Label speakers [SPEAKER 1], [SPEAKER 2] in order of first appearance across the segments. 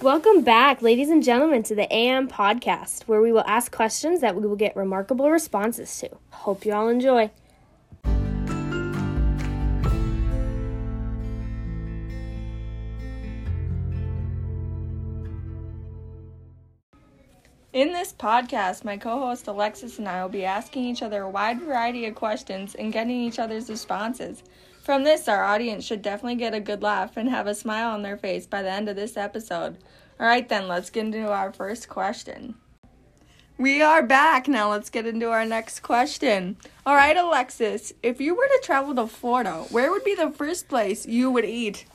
[SPEAKER 1] Welcome back, ladies and gentlemen, to the AM podcast, where we will ask questions that we will get remarkable responses to. Hope you all enjoy.
[SPEAKER 2] In this podcast, my co host Alexis and I will be asking each other a wide variety of questions and getting each other's responses. From this, our audience should definitely get a good laugh and have a smile on their face by the end of this episode. All right, then, let's get into our first question. We are back. Now, let's get into our next question. All right, Alexis, if you were to travel to Florida, where would be the first place you would eat?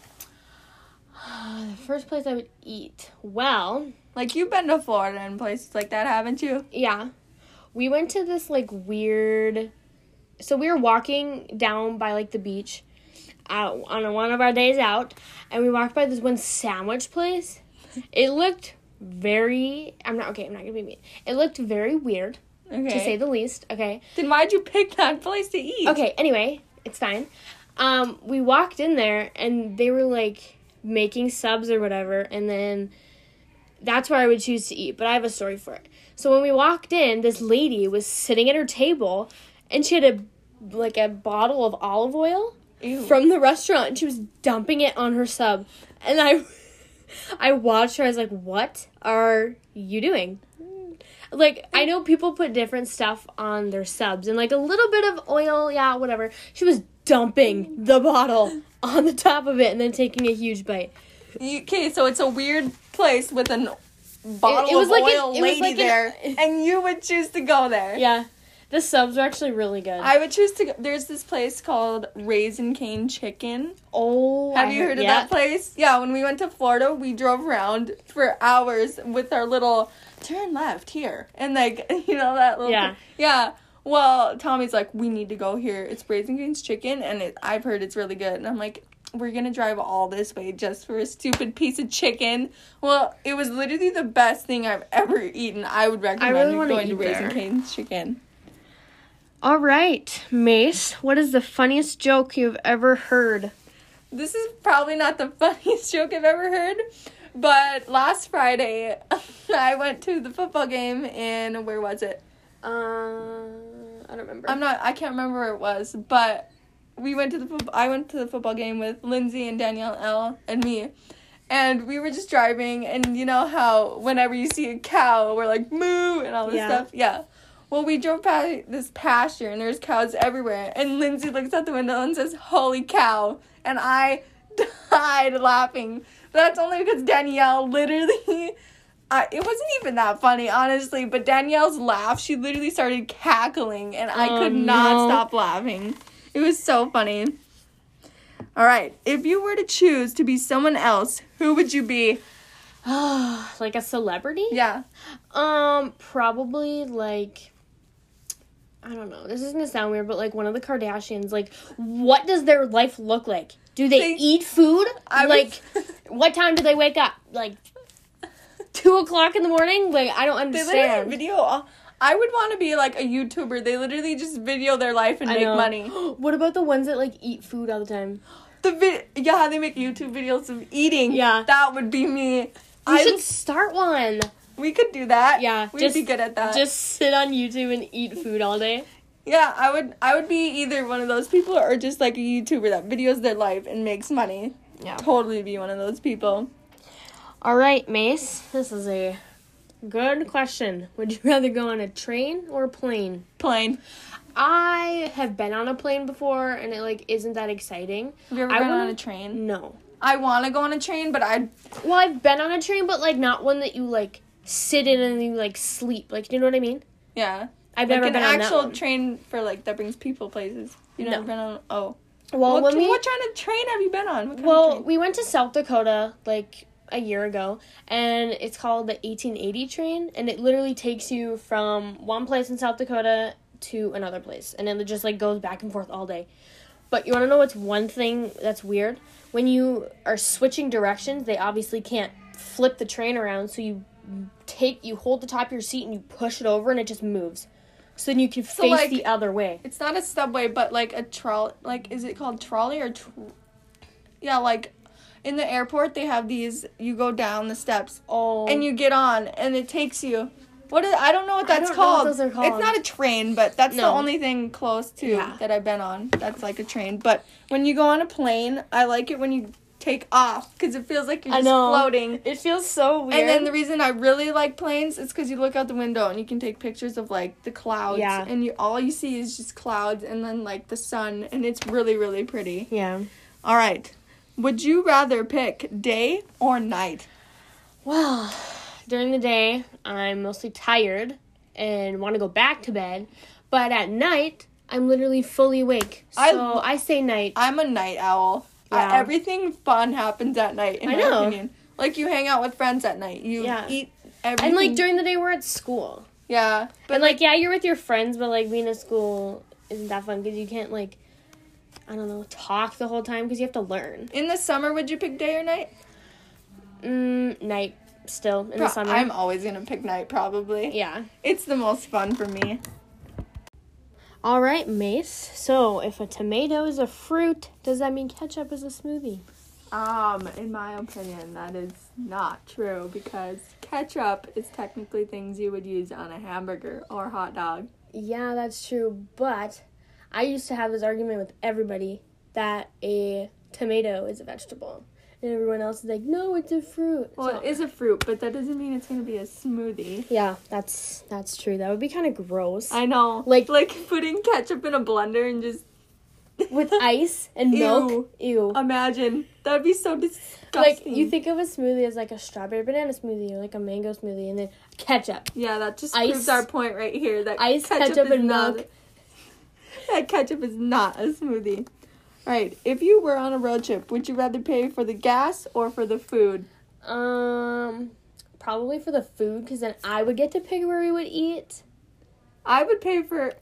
[SPEAKER 1] The first place I would eat. Well,
[SPEAKER 2] Like, you've been to Florida and places like that, haven't you?
[SPEAKER 1] yeah. We went to this like weird. So we were walking down by like the beach uh, on one of our days out, and we walked by this one sandwich place. It looked very. I'm not. Okay, I'm not gonna be mean. It looked very weird,
[SPEAKER 2] Okay.
[SPEAKER 1] to say the least. Okay.
[SPEAKER 2] Then why'd you pick that place to eat?
[SPEAKER 1] Okay, anyway, it's fine. Um, we walked in there and they were like making subs or whatever, and then that's where I would choose to eat, but I have a story for it. So when we walked in, this lady was sitting at her table and she had a like a bottle of olive oil
[SPEAKER 2] Ew.
[SPEAKER 1] from the restaurant and she was dumping it on her sub. And I I watched her, I was like, What are you doing? Like, I know people put different stuff on their subs and like a little bit of oil, yeah, whatever. She was dumping the bottle on the top of it and then taking a huge bite.
[SPEAKER 2] Okay, so it's a weird place with an bottle
[SPEAKER 1] It- it was
[SPEAKER 2] of
[SPEAKER 1] like an-
[SPEAKER 2] oil
[SPEAKER 1] it was
[SPEAKER 2] lady
[SPEAKER 1] like an-
[SPEAKER 2] there, and you would choose to go there.
[SPEAKER 1] Yeah. The subs are actually really good.
[SPEAKER 2] I would choose to. go There's this place called Raisin Cane Chicken.
[SPEAKER 1] oh,
[SPEAKER 2] Have
[SPEAKER 1] I
[SPEAKER 2] you heard of
[SPEAKER 1] yeah.
[SPEAKER 2] that place? Yeah, when we went to Florida, we drove around for hours with our little turn left here, and like you know that little
[SPEAKER 1] Yeah.
[SPEAKER 2] yeah. Well, Tommy's like, we need to go here. It's Raisin Cane's Chicken, and it, I've heard it's really good. And I'm like, we're gonna drive all this way just for a stupid piece of chicken. Well, it was literally the best thing I've ever eaten. I would recommend
[SPEAKER 1] really wanna
[SPEAKER 2] going to
[SPEAKER 1] eat
[SPEAKER 2] Raisin
[SPEAKER 1] there.
[SPEAKER 2] Cane's Chicken.
[SPEAKER 1] All right, Mace, what is the funniest joke you've ever heard?
[SPEAKER 2] this is probably not the funniest joke I've ever heard, but last Friday I went to the football game in where was it?
[SPEAKER 1] Uh, I don't remember.
[SPEAKER 2] I'm not I can't remember where it was, but we went to the foot- I went to the football game with Lindsay and Danielle L and me. And we were just driving and you know how whenever you see a cow we're like moo and all this
[SPEAKER 1] Yeah.
[SPEAKER 2] stuff. Yeah. Well, we drove past this pasture and there's cows everywhere. And Lindsay looks out the window and says, Holy cow. And I died laughing. That's only because Danielle literally. I, it wasn't even that funny, honestly, but Danielle's laugh, she literally started cackling and I
[SPEAKER 1] Oh,
[SPEAKER 2] could not
[SPEAKER 1] no.
[SPEAKER 2] stop laughing. It was so funny. All right, if you were to choose to be someone else, who would you be?
[SPEAKER 1] like a celebrity?
[SPEAKER 2] Yeah.
[SPEAKER 1] Um, probably like I don't know. This is gonna sound weird, but like one of the Kardashians. Like, what does their life look like? Do they,
[SPEAKER 2] They-
[SPEAKER 1] eat food?
[SPEAKER 2] I
[SPEAKER 1] like,
[SPEAKER 2] was-
[SPEAKER 1] what time do they wake up? Like two o'clock in the morning? Like, I don't
[SPEAKER 2] They literally
[SPEAKER 1] understand.
[SPEAKER 2] video. all- I would want to be like a YouTuber. They literally just video their life and
[SPEAKER 1] I
[SPEAKER 2] make
[SPEAKER 1] know.
[SPEAKER 2] money.
[SPEAKER 1] What about the ones that like eat food all the time?
[SPEAKER 2] The vid- yeah, they make YouTube videos of eating.
[SPEAKER 1] Yeah.
[SPEAKER 2] that would be me.
[SPEAKER 1] You
[SPEAKER 2] I
[SPEAKER 1] should start one.
[SPEAKER 2] we could do that.
[SPEAKER 1] Yeah,
[SPEAKER 2] we'd be good at that.
[SPEAKER 1] Just sit on YouTube and eat food all day.
[SPEAKER 2] yeah, I would. I would be either one of those people or just like a YouTuber that videos their life and makes money.
[SPEAKER 1] Yeah.
[SPEAKER 2] Totally be one of those people.
[SPEAKER 1] All right, Mace. This is a good question. Would you rather go on a train or a plane?
[SPEAKER 2] Plain.
[SPEAKER 1] I have been on a plane before, and it like isn't that exciting.
[SPEAKER 2] Have you ever
[SPEAKER 1] I
[SPEAKER 2] been on a
[SPEAKER 1] wouldn't-
[SPEAKER 2] train?
[SPEAKER 1] No.
[SPEAKER 2] I want to go on a train, but I
[SPEAKER 1] Well, I've been on a train, but like not one that you like sit in and you like sleep. Like, do you know what I mean?
[SPEAKER 2] yeah,
[SPEAKER 1] I've
[SPEAKER 2] like
[SPEAKER 1] never
[SPEAKER 2] an
[SPEAKER 1] been on that
[SPEAKER 2] actual
[SPEAKER 1] one.
[SPEAKER 2] train for like that brings people places. You
[SPEAKER 1] No.
[SPEAKER 2] never been on? Oh,
[SPEAKER 1] well,
[SPEAKER 2] what,
[SPEAKER 1] when
[SPEAKER 2] tra-
[SPEAKER 1] we
[SPEAKER 2] what kind of train have you been on? What kind of
[SPEAKER 1] well
[SPEAKER 2] train?
[SPEAKER 1] we went to South Dakota like a year ago, and it's called the 1880 train, and it literally takes you from one place in South Dakota to another place, and then it just like goes back and forth all day. But you want to know what's one thing that's weird? When you are switching directions, they obviously can't flip the train around, so you take you hold the top of your seat and you push it over, and it just moves. So then you can face
[SPEAKER 2] like-
[SPEAKER 1] the other way.
[SPEAKER 2] It's not a subway, but like a trolley. Like, is it called trolley or? Tr- yeah, like in the airport they have these you go down the steps
[SPEAKER 1] Oh.
[SPEAKER 2] and you get on and it takes you what is, I don't know what
[SPEAKER 1] I
[SPEAKER 2] that's
[SPEAKER 1] don't know what
[SPEAKER 2] called.
[SPEAKER 1] those are
[SPEAKER 2] It's
[SPEAKER 1] called.
[SPEAKER 2] not a train, but that's the
[SPEAKER 1] No.
[SPEAKER 2] only thing close to
[SPEAKER 1] Yeah.
[SPEAKER 2] that I've been on. That's like a train. But when you go on a plane, I like it when you take off because it feels like you're
[SPEAKER 1] I
[SPEAKER 2] just
[SPEAKER 1] know.
[SPEAKER 2] floating.
[SPEAKER 1] It feels so weird.
[SPEAKER 2] And then the reason I really like planes is because you look out the window and you can take pictures of like the clouds,
[SPEAKER 1] Yeah.
[SPEAKER 2] and you all you see is just clouds and then like the sun, and it's really really pretty.
[SPEAKER 1] yeah.
[SPEAKER 2] All right, would you rather pick day or night?
[SPEAKER 1] Well, during the day, I'm mostly tired and want to go back to bed, but at night, I'm literally fully awake. So
[SPEAKER 2] I-
[SPEAKER 1] I, say night.
[SPEAKER 2] I'm a night owl. I-
[SPEAKER 1] Yeah.
[SPEAKER 2] everything fun happens at night. In
[SPEAKER 1] I
[SPEAKER 2] my
[SPEAKER 1] know.
[SPEAKER 2] opinion, like you hang out with friends at night. You
[SPEAKER 1] Yeah.
[SPEAKER 2] eat everything.
[SPEAKER 1] and like during the day, we're at school.
[SPEAKER 2] yeah,
[SPEAKER 1] But and, like, yeah, you're with your friends, but like being at school isn't that fun because you can't like, I don't know, talk the whole time because you have to learn.
[SPEAKER 2] in the summer, would you pick day or night?
[SPEAKER 1] Mm, night still in the
[SPEAKER 2] Pro-
[SPEAKER 1] summer.
[SPEAKER 2] I'm always gonna pick night. Probably.
[SPEAKER 1] yeah.
[SPEAKER 2] It's the most fun for me.
[SPEAKER 1] All right, Mace. So if a tomato is a fruit, does that mean ketchup is a smoothie?
[SPEAKER 2] Um, in my opinion, that is not true because ketchup is technically things you would use on a hamburger or hot dog.
[SPEAKER 1] Yeah, that's true. But I used to have this argument with everybody that a tomato is a vegetable. And everyone else is like, no, it's a fruit.
[SPEAKER 2] Well,
[SPEAKER 1] So-
[SPEAKER 2] it is a fruit, but that doesn't mean it's gonna be a smoothie.
[SPEAKER 1] yeah, that's that's true. That would be kind of gross.
[SPEAKER 2] I know, like
[SPEAKER 1] Like-
[SPEAKER 2] like putting ketchup in a blender and just
[SPEAKER 1] With ice and milk. Ew.
[SPEAKER 2] imagine that'd be so disgusting.
[SPEAKER 1] like, you think of a smoothie as like a strawberry banana smoothie or like a mango smoothie and then ketchup.
[SPEAKER 2] yeah, that just
[SPEAKER 1] Ice-
[SPEAKER 2] proves our point right here that
[SPEAKER 1] ice, ketchup,
[SPEAKER 2] is
[SPEAKER 1] and
[SPEAKER 2] not-
[SPEAKER 1] milk.
[SPEAKER 2] That ketchup is not a smoothie. All right, if you were on a road trip, would you rather pay for the gas or for the food?
[SPEAKER 1] Um, probably for the food because then I would get to pick where we would eat.
[SPEAKER 2] I would pay for.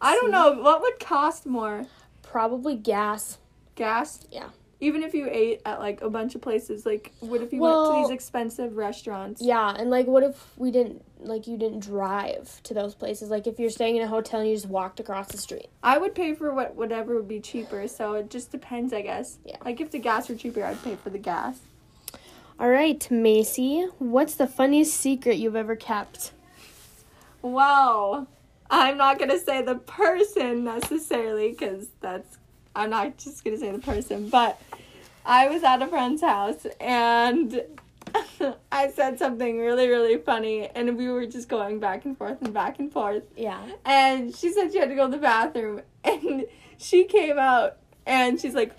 [SPEAKER 2] I don't
[SPEAKER 1] See?
[SPEAKER 2] know what would cost more
[SPEAKER 1] Probably gas.
[SPEAKER 2] gas.
[SPEAKER 1] Yeah.
[SPEAKER 2] Even if you ate at like a bunch of places, like what if you
[SPEAKER 1] Well-
[SPEAKER 2] went to these expensive restaurants?
[SPEAKER 1] Yeah, and like, what if we didn't like you didn't drive to those places? Like, if you're staying in a hotel and you just walked across the street.
[SPEAKER 2] I would pay for what whatever would be cheaper. So it just depends, I guess.
[SPEAKER 1] Yeah.
[SPEAKER 2] Like if the gas were cheaper, I'd pay for the gas.
[SPEAKER 1] All right, Macy, what's the funniest secret you've ever kept?
[SPEAKER 2] Whoa. I'm not gonna say the person necessarily because that's I'm not just gonna say the person, but I was at a friend's house and I said something really really funny and we were just going back and forth and back and forth
[SPEAKER 1] Yeah.
[SPEAKER 2] and she said she had to go to the bathroom and she came out and she's like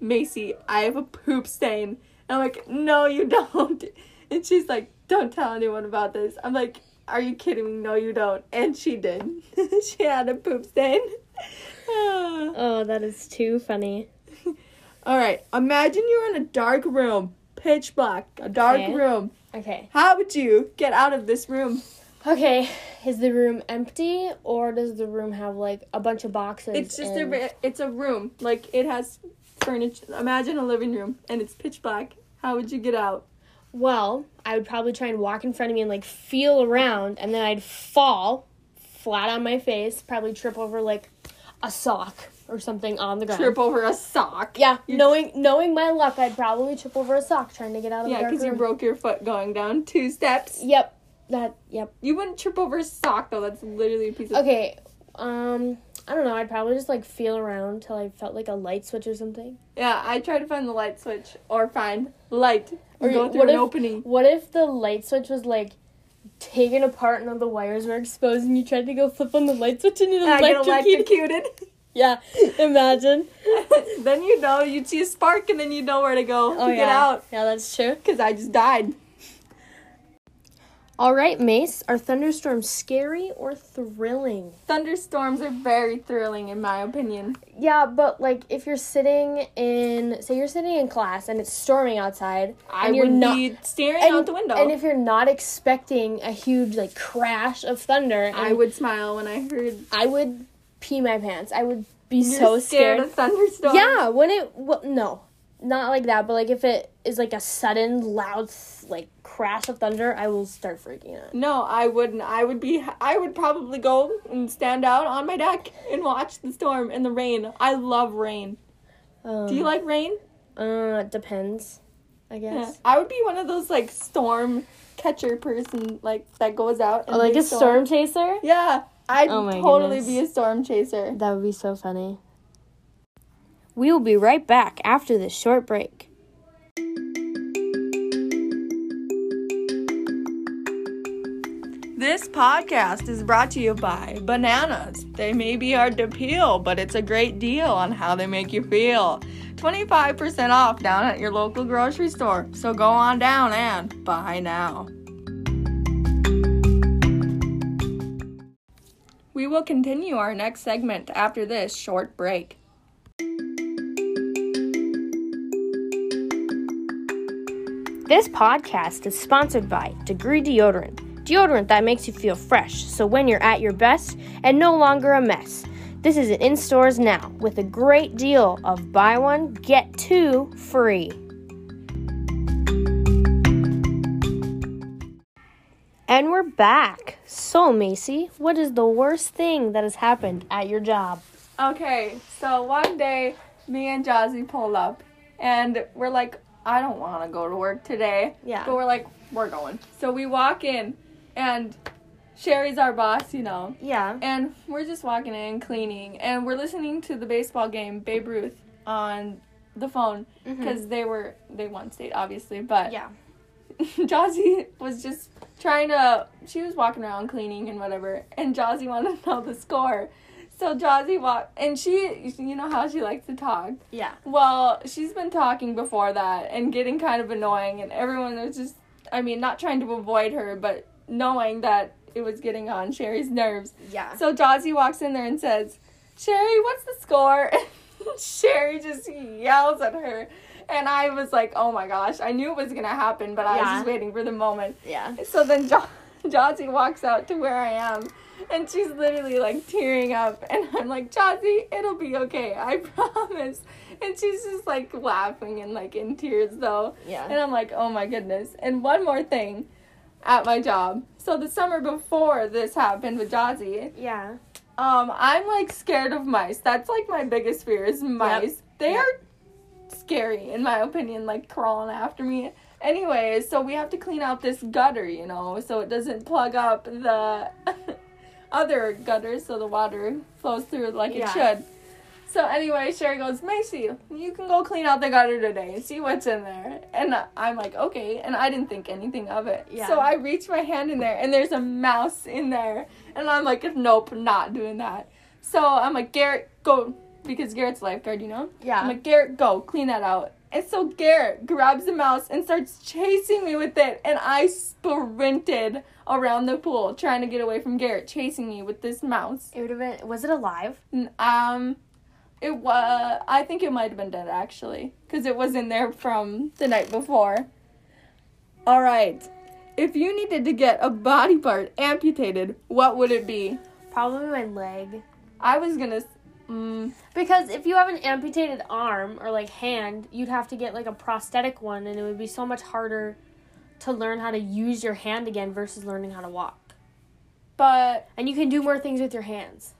[SPEAKER 2] macy i have a poop stain and i'm like no you don't and she's like don't tell anyone about this i'm like are you kidding me no you don't and she did she had a poop stain all
[SPEAKER 1] Oh, that is too funny.
[SPEAKER 2] right imagine you're in a dark room pitch black a dark
[SPEAKER 1] Okay.
[SPEAKER 2] room
[SPEAKER 1] Okay.
[SPEAKER 2] how would you get out of this room
[SPEAKER 1] Okay, is the room empty or does the room have like a bunch of boxes?
[SPEAKER 2] It's just a
[SPEAKER 1] and-
[SPEAKER 2] re- it's a room. Like it has furniture. Imagine a living room and it's pitch black. How would you get out?
[SPEAKER 1] Well, I would probably try and walk in front of me and like feel around, and then I'd fall flat on my face, probably trip over like a sock or something on the ground.
[SPEAKER 2] Trip over a sock.
[SPEAKER 1] Yeah,
[SPEAKER 2] You-
[SPEAKER 1] knowing knowing my luck, I'd probably trip over a sock trying to get out of
[SPEAKER 2] Yeah,
[SPEAKER 1] the dark
[SPEAKER 2] because you
[SPEAKER 1] room.
[SPEAKER 2] broke your foot going down two steps.
[SPEAKER 1] yep, that yep.
[SPEAKER 2] You wouldn't trip over a sock though. That's literally a piece of.
[SPEAKER 1] Okay, um, I don't know. I'd probably just like feel around till I felt like a light switch or something.
[SPEAKER 2] Yeah, I try to find the light switch or find light or go through
[SPEAKER 1] what
[SPEAKER 2] an
[SPEAKER 1] if,
[SPEAKER 2] opening.
[SPEAKER 1] What if the light switch was like taken apart and all the wires were exposed, and you tried to go flip on the light switch and it
[SPEAKER 2] I Ah, get
[SPEAKER 1] electrocuted?
[SPEAKER 2] electrocuted.
[SPEAKER 1] Yeah, imagine.
[SPEAKER 2] then you know you'd see a spark and then you'd know where to go
[SPEAKER 1] Oh
[SPEAKER 2] to
[SPEAKER 1] yeah,
[SPEAKER 2] get out.
[SPEAKER 1] yeah, that's true.
[SPEAKER 2] Because I just died.
[SPEAKER 1] All right, Mace. Are thunderstorms scary or thrilling?
[SPEAKER 2] Thunderstorms are very thrilling in my opinion.
[SPEAKER 1] Yeah, but like if you're sitting in, say you're sitting in class and it's storming outside,
[SPEAKER 2] I
[SPEAKER 1] and you're
[SPEAKER 2] would
[SPEAKER 1] not,
[SPEAKER 2] be staring
[SPEAKER 1] and,
[SPEAKER 2] out the window.
[SPEAKER 1] and if you're not expecting a huge like crash of thunder,
[SPEAKER 2] I
[SPEAKER 1] and
[SPEAKER 2] would smile when I heard
[SPEAKER 1] I would pee my pants. I would be
[SPEAKER 2] you're
[SPEAKER 1] so
[SPEAKER 2] scared,
[SPEAKER 1] scared.
[SPEAKER 2] of thunderstorms.
[SPEAKER 1] Yeah, when it well, no, not like that, but like if it is like a sudden loud like crash of thunder, I will start freaking out.
[SPEAKER 2] No, I wouldn't. I would be. I would probably go and stand out on my deck and watch the storm and the rain. I love rain.
[SPEAKER 1] Um,
[SPEAKER 2] Do you like rain?
[SPEAKER 1] Uh, it depends, I guess.
[SPEAKER 2] I would be one of those like storm catcher person like that goes out and
[SPEAKER 1] Or Oh, like
[SPEAKER 2] they
[SPEAKER 1] a storm chaser?
[SPEAKER 2] Yeah, I'd
[SPEAKER 1] Oh my
[SPEAKER 2] totally
[SPEAKER 1] goodness.
[SPEAKER 2] be a storm chaser.
[SPEAKER 1] That would be so funny. We will be right back after this short break.
[SPEAKER 2] This podcast is brought to you by bananas. They may be hard to peel, but it's a great deal on how they make you feel. 25% off down at your local grocery store. So go on down and buy now. We will continue our next segment after this short break.
[SPEAKER 1] This podcast is sponsored by Degree Deodorant, deodorant that makes you feel fresh, so when you're at your best and no longer a mess. This is in stores now with a great deal of buy one, get two free. And we're back. So, Macy, what is the worst thing that has happened at your job?
[SPEAKER 2] Okay, so one day me and Jazzy pulled up and we're like, I don't want to go to work today.
[SPEAKER 1] Yeah.
[SPEAKER 2] But we're like, we're going. So we walk in and Sherry's our boss, you know.
[SPEAKER 1] Yeah.
[SPEAKER 2] And we're just walking in, cleaning, and we're listening to the baseball game, Babe Ruth, on the phone because they were, they won state, obviously, but Jazzy was just trying to. She was walking around cleaning and whatever, and Jazzy wanted to know the score. So Jazzy walked, and she, you know how she likes to talk.
[SPEAKER 1] Yeah.
[SPEAKER 2] Well, she's been talking before that and getting kind of annoying, and everyone was just, I mean, not trying to avoid her, but knowing that it was getting on Sherry's nerves.
[SPEAKER 1] Yeah.
[SPEAKER 2] So Jazzy walks in there and says, Sherry, what's the score? And Sherry just yells at her. And I was like, oh my gosh, I knew it was going to happen, but I was
[SPEAKER 1] Yeah.
[SPEAKER 2] just waiting for the moment.
[SPEAKER 1] Yeah.
[SPEAKER 2] So then jo- Jazzy walks out to where I am. And she's literally like tearing up. And I'm like, Jazzy, it'll be okay. I promise. And she's just like laughing and like in tears though.
[SPEAKER 1] Yeah.
[SPEAKER 2] And I'm like, oh my goodness. And one more thing at my job. So the summer before this happened with Jazzy,
[SPEAKER 1] Yeah.
[SPEAKER 2] um, I'm like scared of mice. That's like my biggest fear is mice. They
[SPEAKER 1] Yep.
[SPEAKER 2] are scary in my opinion, like crawling after me. Anyways, so we have to clean out this gutter, you know, so it doesn't plug up the other gutter so the water flows through like
[SPEAKER 1] Yeah.
[SPEAKER 2] it should. So anyway, Sherry goes, Macy, you can go clean out the gutter today and see what's in there. And I'm like, okay. And I didn't think anything of it.
[SPEAKER 1] Yeah.
[SPEAKER 2] So I reach my hand in there and there's a mouse in there. And I'm like, nope, not doing that. So I'm like, Garrett, go. Because Garrett's lifeguard, you know?
[SPEAKER 1] Yeah.
[SPEAKER 2] I'm like, Garrett, go, clean that out. And so Garrett grabs the mouse and starts chasing me with it. And I sprinted around the pool trying to get away from Garrett chasing me with this mouse.
[SPEAKER 1] It would have been. Was it alive?
[SPEAKER 2] N- Um, it was. I think it might have been dead actually, because it was in there from the night before. All right. If you needed to get a body part amputated, what would it be?
[SPEAKER 1] Probably my leg.
[SPEAKER 2] I was gonna. s- Mm,
[SPEAKER 1] Because if you have an amputated arm or like hand, you'd have to get like a prosthetic one, and it would be so much harder to learn how to use your hand again versus learning how to walk.
[SPEAKER 2] but
[SPEAKER 1] And you can do more things with your hands.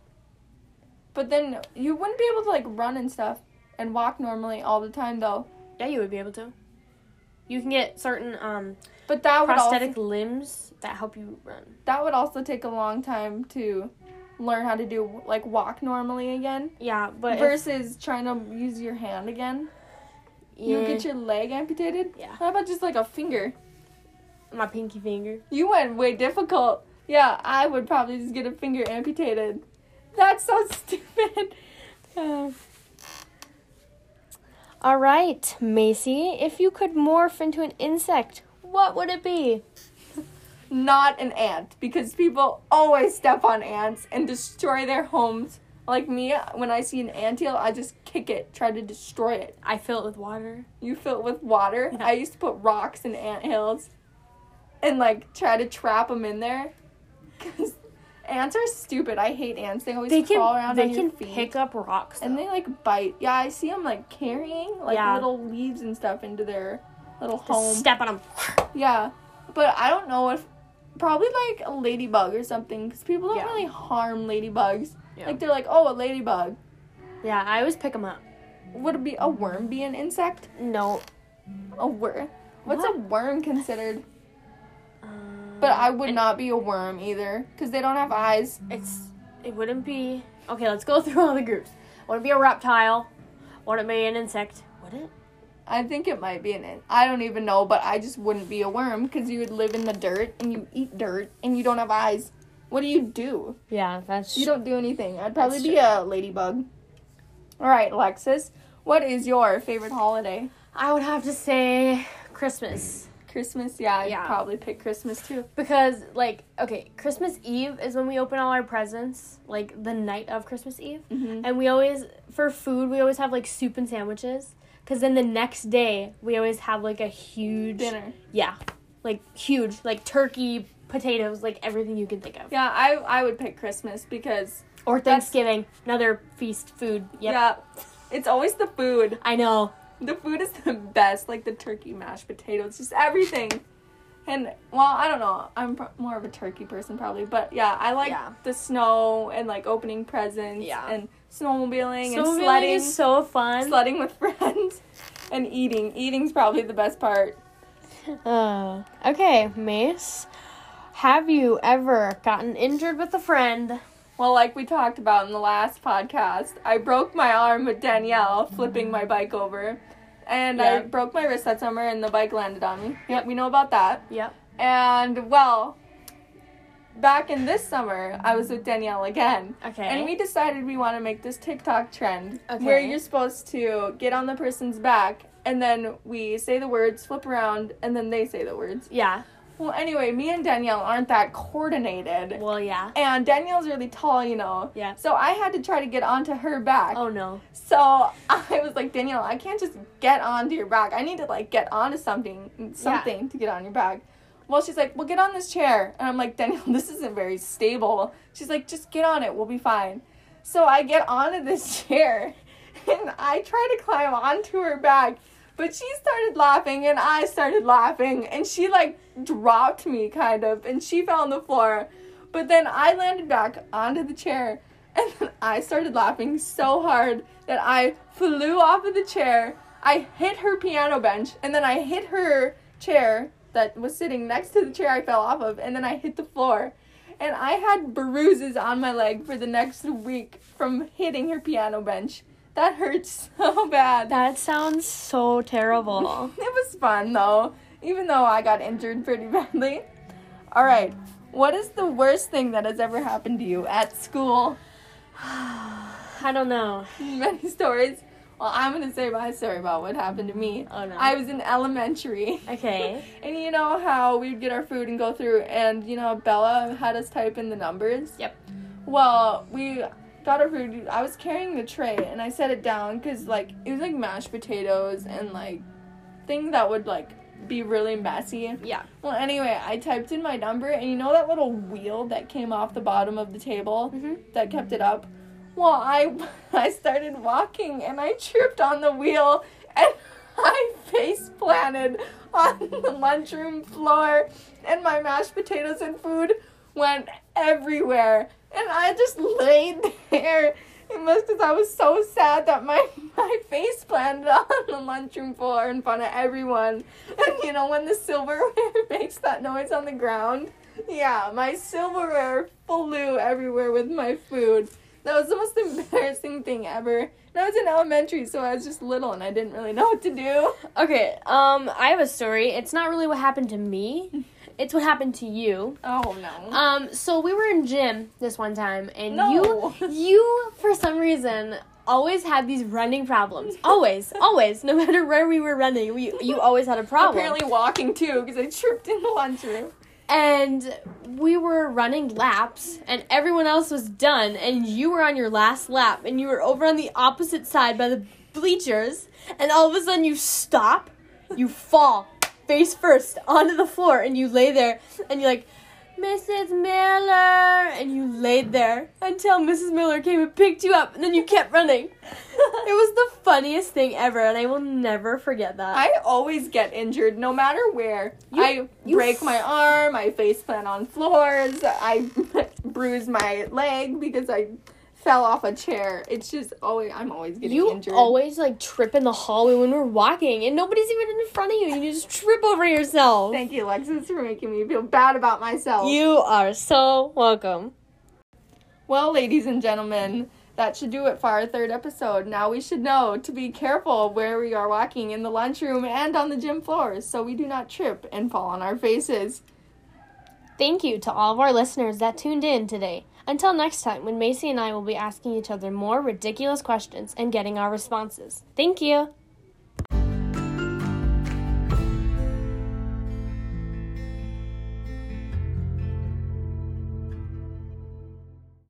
[SPEAKER 2] but then you wouldn't be able to like run and stuff and walk normally all the time though.
[SPEAKER 1] Yeah, you would be able to. You can get certain um,
[SPEAKER 2] But that would
[SPEAKER 1] prosthetic
[SPEAKER 2] also
[SPEAKER 1] limbs that help you run.
[SPEAKER 2] that would also take a long time to learn how to do like walk normally again
[SPEAKER 1] Yeah, but if-
[SPEAKER 2] versus trying to use your hand again. You
[SPEAKER 1] yeah,
[SPEAKER 2] get your leg amputated?
[SPEAKER 1] Yeah.
[SPEAKER 2] How about just like a finger?
[SPEAKER 1] my pinky finger.
[SPEAKER 2] You went way difficult. Yeah, I would probably just get a finger amputated. That's so stupid. Uh,
[SPEAKER 1] All right, Macy, if you could morph into an insect, what would it be?
[SPEAKER 2] not an ant, because people always step on ants and destroy their homes. Like me, when I see an anthill, I just kick it, try to destroy it.
[SPEAKER 1] I fill it with water.
[SPEAKER 2] You fill it with water. I used to put rocks in ant hills and like try to trap them in there. Because ants are stupid. I hate ants. They always
[SPEAKER 1] They
[SPEAKER 2] crawl
[SPEAKER 1] can
[SPEAKER 2] around
[SPEAKER 1] they
[SPEAKER 2] on
[SPEAKER 1] can
[SPEAKER 2] your feet.
[SPEAKER 1] pick up rocks.
[SPEAKER 2] and they like bite. Yeah, I see them like carrying like
[SPEAKER 1] Yeah.
[SPEAKER 2] little leaves and stuff into their little home.
[SPEAKER 1] Just step on them.
[SPEAKER 2] yeah, but I don't know if probably like a ladybug or something because people don't
[SPEAKER 1] Yeah.
[SPEAKER 2] really harm ladybugs.
[SPEAKER 1] Yeah.
[SPEAKER 2] Like they're like, oh, a ladybug.
[SPEAKER 1] Yeah, I always pick them up.
[SPEAKER 2] would it be a worm be an insect?
[SPEAKER 1] No.
[SPEAKER 2] A worm. What's a worm considered?
[SPEAKER 1] Um,
[SPEAKER 2] But I would not be a worm either because they don't have eyes.
[SPEAKER 1] It's. It wouldn't be. Okay, let's go through all the groups. Would it be a reptile? Would it be an insect? Would it?
[SPEAKER 2] I think it might be an. In- I don't even know, but I just wouldn't be a worm because you would live in the dirt and you eat dirt and you don't have eyes. What do you do?
[SPEAKER 1] Yeah, that's.
[SPEAKER 2] You don't do anything. I'd probably
[SPEAKER 1] That's
[SPEAKER 2] be a ladybug. All right, Alexis. What is your favorite holiday?
[SPEAKER 1] I would have to say Christmas.
[SPEAKER 2] Christmas. Yeah, I'd
[SPEAKER 1] Yeah.
[SPEAKER 2] probably pick Christmas too.
[SPEAKER 1] Because, like, okay, Christmas Eve is when we open all our presents, like the night of Christmas Eve.
[SPEAKER 2] Mhm.
[SPEAKER 1] And we always, for food, we always have like soup and sandwiches. Because then the next day, we always have like a huge
[SPEAKER 2] Dinner.
[SPEAKER 1] Yeah. Like, huge. Like, turkey, potatoes, like everything you can think of.
[SPEAKER 2] Yeah, I I would pick Christmas because
[SPEAKER 1] Or
[SPEAKER 2] That's-
[SPEAKER 1] Thanksgiving, another feast, food. Yep.
[SPEAKER 2] yeah, it's always the food.
[SPEAKER 1] I know.
[SPEAKER 2] The food is the best, like the turkey, mashed potatoes, just everything. And well, I don't know. I'm pro- more of a turkey person probably, but yeah, I like
[SPEAKER 1] Yeah.
[SPEAKER 2] the snow and like opening presents
[SPEAKER 1] Yeah.
[SPEAKER 2] and snowmobiling, and
[SPEAKER 1] Snowmobiling
[SPEAKER 2] sledding,
[SPEAKER 1] is so fun.
[SPEAKER 2] sledding with friends, and eating. Eating's probably the best part.
[SPEAKER 1] Uh, okay, Mace. Have you ever gotten injured with a friend?
[SPEAKER 2] Well, like we talked about in the last podcast, I broke my arm with Danielle flipping my bike over. And I
[SPEAKER 1] Yeah.
[SPEAKER 2] broke my wrist that summer and the bike landed on me. Yep, we know about that.
[SPEAKER 1] Yep.
[SPEAKER 2] And well, back in this summer, I was with Danielle again.
[SPEAKER 1] Okay.
[SPEAKER 2] And we decided we want to make this TikTok trend where
[SPEAKER 1] Okay.
[SPEAKER 2] you're supposed to get on the person's back and then we say the words, flip around, and then they say the words.
[SPEAKER 1] Yeah.
[SPEAKER 2] Well, anyway, me and Danielle aren't that coordinated.
[SPEAKER 1] Well, yeah.
[SPEAKER 2] And Danielle's really tall, you know.
[SPEAKER 1] Yeah.
[SPEAKER 2] So I had to try to get onto her back.
[SPEAKER 1] Oh no.
[SPEAKER 2] So I was like, Danielle, I can't just get onto your back. I need to like get onto something, something to get on your back. Well, she's like, well, get on this chair. And I'm like, Danielle, this isn't very stable. She's like, just get on it. We'll be fine. So I get onto this chair and I try to climb onto her back. But she started laughing and I started laughing and she like dropped me kind of and she fell on the floor. But then I landed back onto the chair and then I started laughing so hard that I flew off of the chair. I hit her piano bench and then I hit her chair that was sitting next to the chair I fell off of and then I hit the floor. And I had bruises on my leg for the next week from hitting her piano bench. That hurts so bad.
[SPEAKER 1] That sounds so terrible.
[SPEAKER 2] It was fun though, even though I got injured pretty badly. All right, what is the worst thing that has ever happened to you at school?
[SPEAKER 1] I don't know.
[SPEAKER 2] Many stories. Well, I'm gonna say my story about what happened to me.
[SPEAKER 1] Oh, no.
[SPEAKER 2] I was in elementary.
[SPEAKER 1] Okay.
[SPEAKER 2] And you know how we'd get our food and go through, and you know Bella had us type in the numbers.
[SPEAKER 1] Yep.
[SPEAKER 2] Well, we got our food. I was carrying the tray, and I set it down because like it was like mashed potatoes and like things that would like be really messy.
[SPEAKER 1] Yeah.
[SPEAKER 2] Well, anyway, I typed in my number, and you know that little wheel that came off the bottom of the table
[SPEAKER 1] Mhm.
[SPEAKER 2] that kept it up. Well, I I started walking, and I tripped on the wheel, and I face planted on the lunchroom floor, and my mashed potatoes and food went everywhere, and I just laid there. It must because I was so sad that my my face planted on the lunchroom floor in front of everyone. And you know when the silverware makes that noise on the ground? Yeah, my silverware flew everywhere with my food. That was the most embarrassing thing ever. And I was in elementary, so I was just little and I didn't really know what to do.
[SPEAKER 1] Okay. Um, I have a story. It's not really what happened to me. It's what happened to you.
[SPEAKER 2] Oh no.
[SPEAKER 1] Um, so we were in gym this one time, and
[SPEAKER 2] No.
[SPEAKER 1] you, you for some reason always had these running problems. Always, always, no matter where we were running, we you always had a problem.
[SPEAKER 2] Apparently walking too, because I tripped in the lunchroom.
[SPEAKER 1] and we were running laps and everyone else was done and you were on your last lap and you were over on the opposite side by the bleachers and all of a sudden you stop you fall face first onto the floor and you lay there and you're like Mrs. Miller and you laid there until Mrs. Miller came and picked you up and then you kept running. It was the funniest thing ever and I will never forget that.
[SPEAKER 2] I always get injured, no matter where.
[SPEAKER 1] You-
[SPEAKER 2] I
[SPEAKER 1] you-
[SPEAKER 2] break my arm, I face plant on floors, I bruise my leg because I fell off a chair. It's just always I'm always getting
[SPEAKER 1] You
[SPEAKER 2] injured.
[SPEAKER 1] always like trip in the hallway when we're walking, and nobody's even in front of you. You just trip over yourself.
[SPEAKER 2] Thank you, Lexus, for making me feel bad about myself.
[SPEAKER 1] You are so welcome.
[SPEAKER 2] Well, ladies and gentlemen, that should do it for our third episode. Now we should know to be careful where we are walking in the lunchroom and on the gym floors so we do not trip and fall on our faces.
[SPEAKER 1] Thank you to all of our listeners that tuned in today. Until next time, when Macy and I will be asking each other more ridiculous questions and getting our responses. Thank you.